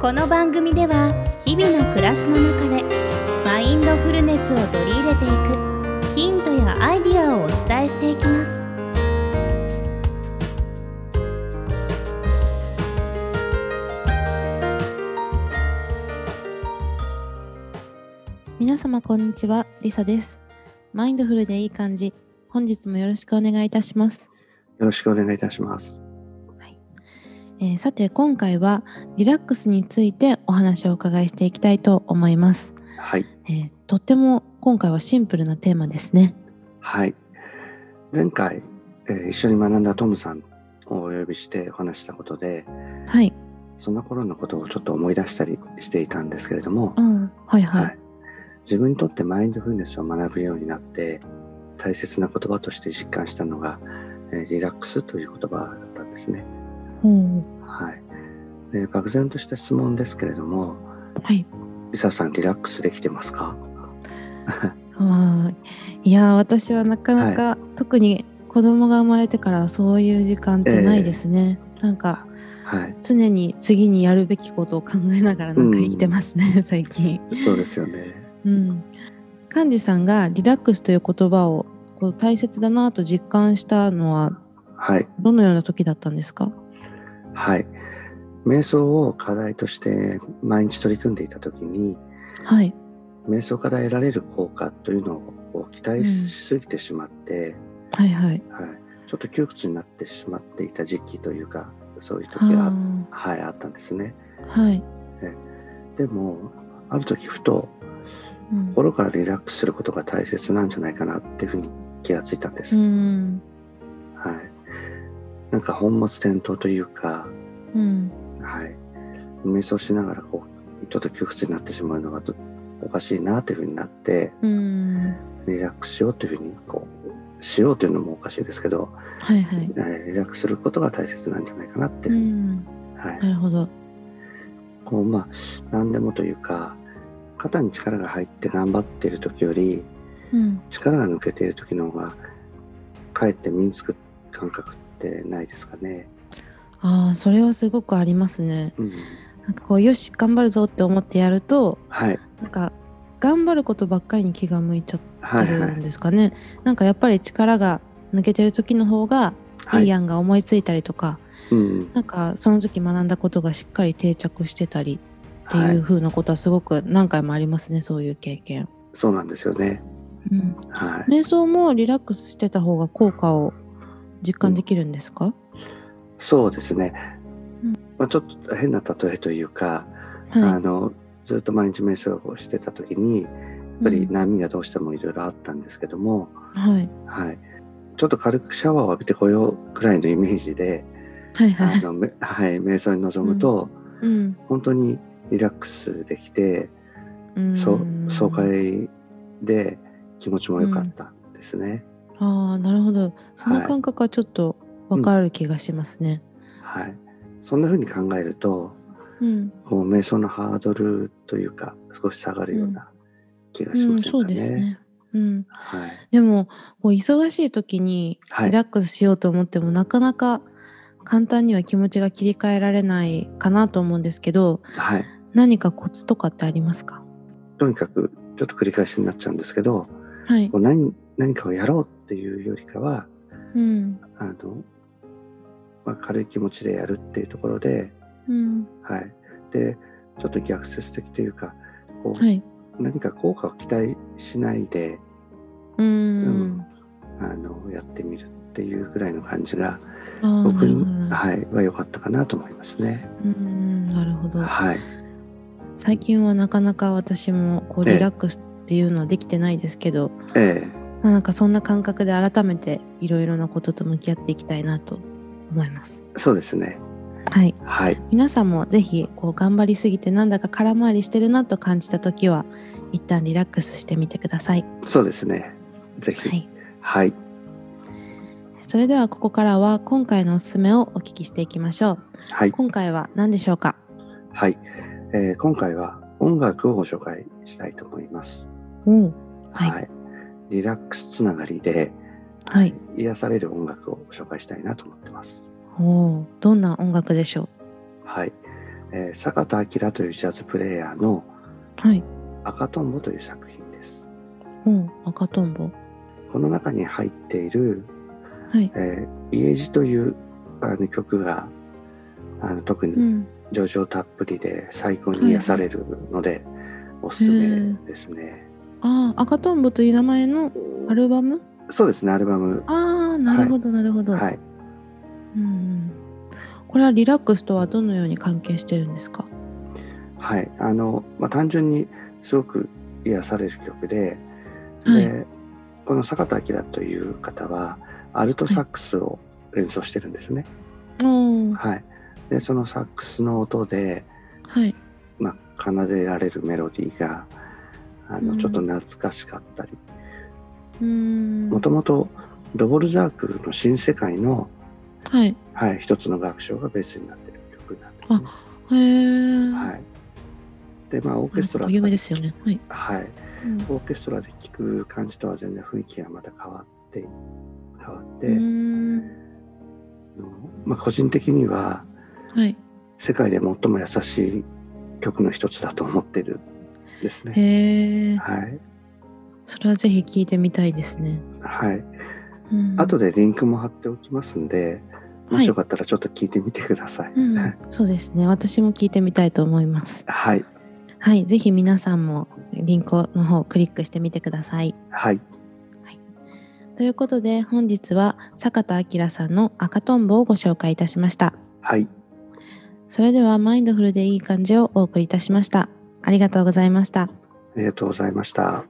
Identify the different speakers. Speaker 1: この番組では日々の暮らしの中でマインドフルネスを取り入れていくヒントやアイディアをお伝えしていきます
Speaker 2: 皆様こんにちは、リサです。マインドフルでいい感じ、本日もよろしくお願いいたします。
Speaker 3: よろしくお願いいたします。
Speaker 2: えーさて今回はリラックスについてお話をお伺いしていきたいと思います。
Speaker 3: はい。
Speaker 2: えーとっても今回はシンプルなテーマですね。
Speaker 3: はい。前回、えー一緒に学んだトムさんをお呼びしてお話ししたことで、
Speaker 2: はい、
Speaker 3: その頃のことをちょっと思い出したりしていたんですけれども
Speaker 2: う、ん、はいはい、
Speaker 3: はい自分にとってマインドフルネスを学ぶようになって、大切な言葉として実感したのが、えーリラックスという言葉だったんですね。
Speaker 2: うん
Speaker 3: はい。で漠然とした質問ですけれども、
Speaker 2: はい。
Speaker 3: リサさんリラックスできてますか
Speaker 2: あーいやー私はなかなか、特に子供が生まれてからそういう時間ってないですね。なんか
Speaker 3: はい。
Speaker 2: 常に次にやるべきことを考えながらなんか生きてますね、最近。
Speaker 3: そうですよね。
Speaker 2: うん、幹事さんがリラックスという言葉をこう大切だなと実感したのは
Speaker 3: はい。
Speaker 2: どのような時だったんですか
Speaker 3: はい。瞑想を課題として毎日取り組んでいた時に
Speaker 2: はい、
Speaker 3: 瞑想から得られる効果というのを期待しすぎてしまって、
Speaker 2: はいはい
Speaker 3: はい、ちょっと窮屈になってしまっていた時期というかそういう時が、
Speaker 2: は
Speaker 3: はい、あったんですね。
Speaker 2: あはい、
Speaker 3: でもある時ふと
Speaker 2: うん
Speaker 3: 心からリラックスすることが大切なんじゃないかなっていうふうに気がついたんで
Speaker 2: う
Speaker 3: す。
Speaker 2: ん
Speaker 3: はい、なんか本末転倒というか、
Speaker 2: うん
Speaker 3: はい、瞑想しながらこうちょっと窮屈になってしまうのがとおかしいなというふうになって
Speaker 2: うん
Speaker 3: リラックスしようというふうにこうしようというのもおかしいですけど、
Speaker 2: はいはい
Speaker 3: えーリラックスすることが大切なんじゃないかなって、
Speaker 2: うん
Speaker 3: はい
Speaker 2: な、るほど
Speaker 3: こうまあ何でもというか肩に力が入って頑張っている時より
Speaker 2: うん
Speaker 3: 力が抜けている時の方がかえって身につく感覚ってないですかね。
Speaker 2: ああそれはすごくありますね
Speaker 3: うん、
Speaker 2: なんかこうよし頑張るぞって思ってやると
Speaker 3: はい
Speaker 2: なんか頑張ることばっかりに気が向いちゃっ
Speaker 3: は
Speaker 2: て
Speaker 3: いは
Speaker 2: るん
Speaker 3: い
Speaker 2: ですかね、なんかやっぱり力が抜けてる時の方が
Speaker 3: はい
Speaker 2: い
Speaker 3: い。
Speaker 2: 案が思いついたりとか、
Speaker 3: うん
Speaker 2: なんかその時学んだことがしっかり定着してたりって、
Speaker 3: はいいう
Speaker 2: 風なことはすごく何回もありますねそういう経験、
Speaker 3: そうなんですよね。
Speaker 2: うん、
Speaker 3: はい。
Speaker 2: 瞑想もリラックスしてた方が効果を実感できるんですか、
Speaker 3: そうですね、
Speaker 2: うん
Speaker 3: まあ、ちょっと変な例えというか、あ
Speaker 2: は
Speaker 3: のずっと毎日瞑想をしてた時にやっ
Speaker 2: い、
Speaker 3: ぱり
Speaker 2: うん
Speaker 3: 波がどうしてもいろいろあったんですけども、
Speaker 2: はい
Speaker 3: はい、ちょっと軽くシャワーを浴びてこようくらいのイメージで
Speaker 2: はい
Speaker 3: あ
Speaker 2: はい
Speaker 3: の、めはい、瞑想に臨むと、
Speaker 2: うん
Speaker 3: 本当にリラックスできて、
Speaker 2: うん
Speaker 3: そう爽快で気持ちも良かったんですね。
Speaker 2: ああなるほどその
Speaker 3: はい
Speaker 2: 感覚はちょっとわかる気がしますね、
Speaker 3: はい、そんな風に考えると
Speaker 2: うん
Speaker 3: こう瞑想のハードルというか少し下がるような気が
Speaker 2: う
Speaker 3: し
Speaker 2: ん
Speaker 3: ませんかね。
Speaker 2: そうですね、うん、
Speaker 3: はい、
Speaker 2: でもこう忙しい時に
Speaker 3: は
Speaker 2: リ
Speaker 3: い、
Speaker 2: ラックスしようと思ってもなかなか簡単には気持ちが切り替えられないかなと思うんですけど
Speaker 3: はい。
Speaker 2: 何かコツとかってありますか
Speaker 3: とにかくちょっと繰り返しになっちゃうんですけど、
Speaker 2: はい
Speaker 3: こ、う何何かをやろうっていうよりかは、
Speaker 2: うん
Speaker 3: あの、まあ、軽い気持ちでやるっていうところで、
Speaker 2: うん、
Speaker 3: はい。で、ちょっと逆説的というか、こう、
Speaker 2: はい
Speaker 3: 何か効果を期待しないで、
Speaker 2: う
Speaker 3: う
Speaker 2: ー
Speaker 3: んんあの、やってみるっていうぐらいの感じが、
Speaker 2: ああな
Speaker 3: 僕
Speaker 2: る
Speaker 3: に
Speaker 2: ほどな
Speaker 3: はい、は良かったかなと思いますね。
Speaker 2: うーんなるほど
Speaker 3: はい。
Speaker 2: 最近はなかなか私もこう
Speaker 3: ええ
Speaker 2: リラックスっていうのはできてないですけど、
Speaker 3: え
Speaker 2: まあ、なんかそんな感覚で改めていろいろなことと向き合っていきたいなと思います。
Speaker 3: えそうですね。
Speaker 2: はい
Speaker 3: はい。
Speaker 2: 皆さんもぜひこう頑張りすぎてなんだか空回りしてるなと感じた時は一旦リラックスしてみてください。
Speaker 3: そうですね。ぜひ。
Speaker 2: は
Speaker 3: はい。
Speaker 2: い、それではここからは今回のおすすめをお聞きしていきましょう。
Speaker 3: はい
Speaker 2: 今回は何でしょうか。
Speaker 3: はい、えー今回は音楽をご紹介したいと思います。
Speaker 2: おうはい
Speaker 3: リラックスつながりで、
Speaker 2: はい。
Speaker 3: 癒される音楽をご紹介したいなと思ってます。
Speaker 2: おうどんな音楽でしょ
Speaker 3: はい、えー坂田明というジャズプレイヤーの
Speaker 2: はい。
Speaker 3: 「赤とんぼ」という作品です。
Speaker 2: うん。赤とんぼ。
Speaker 3: この中に入っている
Speaker 2: はい
Speaker 3: 「え。ーイエジ」というあの曲があの特
Speaker 2: う
Speaker 3: に
Speaker 2: ん。
Speaker 3: 情緒たっぷりで最高に癒されるので、おすすめですね。
Speaker 2: ああ、赤とんぼという名前のアルバム
Speaker 3: そうですねアルバム、
Speaker 2: ああ、なるほど、なるほど。
Speaker 3: はい、
Speaker 2: うんうん。これはリラックスとはどのように関係してるんですか
Speaker 3: はいあのまあ、単純にすごく癒される曲で,、
Speaker 2: はい。
Speaker 3: でこの坂田明という方はアルトサックスを演奏してるんですね。
Speaker 2: おー
Speaker 3: はいでそのサックスの音で、
Speaker 2: はい。
Speaker 3: まあ、奏でられるメロディーがあの
Speaker 2: うん
Speaker 3: ちょっと懐かしかったり
Speaker 2: うーん。
Speaker 3: もともとドボルザークルの「新世界の
Speaker 2: はい。」
Speaker 3: はい、一つの楽章がベースになってる曲なんです、ね。
Speaker 2: へえ。
Speaker 3: はい、でまあオーケストラとか
Speaker 2: 有名ですよね。はい。
Speaker 3: はい、オーケストラで聴く感じとは全然雰囲気がまた変わって変わって、
Speaker 2: うーん。
Speaker 3: あのまあ、個人的には
Speaker 2: はい。
Speaker 3: 世界で最も優しい曲の一つだと思ってるんですね。
Speaker 2: へえ。
Speaker 3: はい
Speaker 2: それはぜひ聞いてみたいですね。
Speaker 3: はい、
Speaker 2: うん
Speaker 3: 後でリンクも貼っておきますんでも
Speaker 2: は
Speaker 3: し
Speaker 2: い
Speaker 3: よかったらちょっと聞いてみてください。
Speaker 2: うん、そうですね。私も聞いてみたいと思います。
Speaker 3: はい、
Speaker 2: はい、ぜひ皆さんもリンクの方をクリックしてみてください。
Speaker 3: はい、
Speaker 2: ということで本日は坂田明さんの赤とんぼをご紹介いたしました。
Speaker 3: はい、
Speaker 2: それではマインドフルでいい感じをお送りいたしました。ありがとうございました。
Speaker 3: ありがとうございました。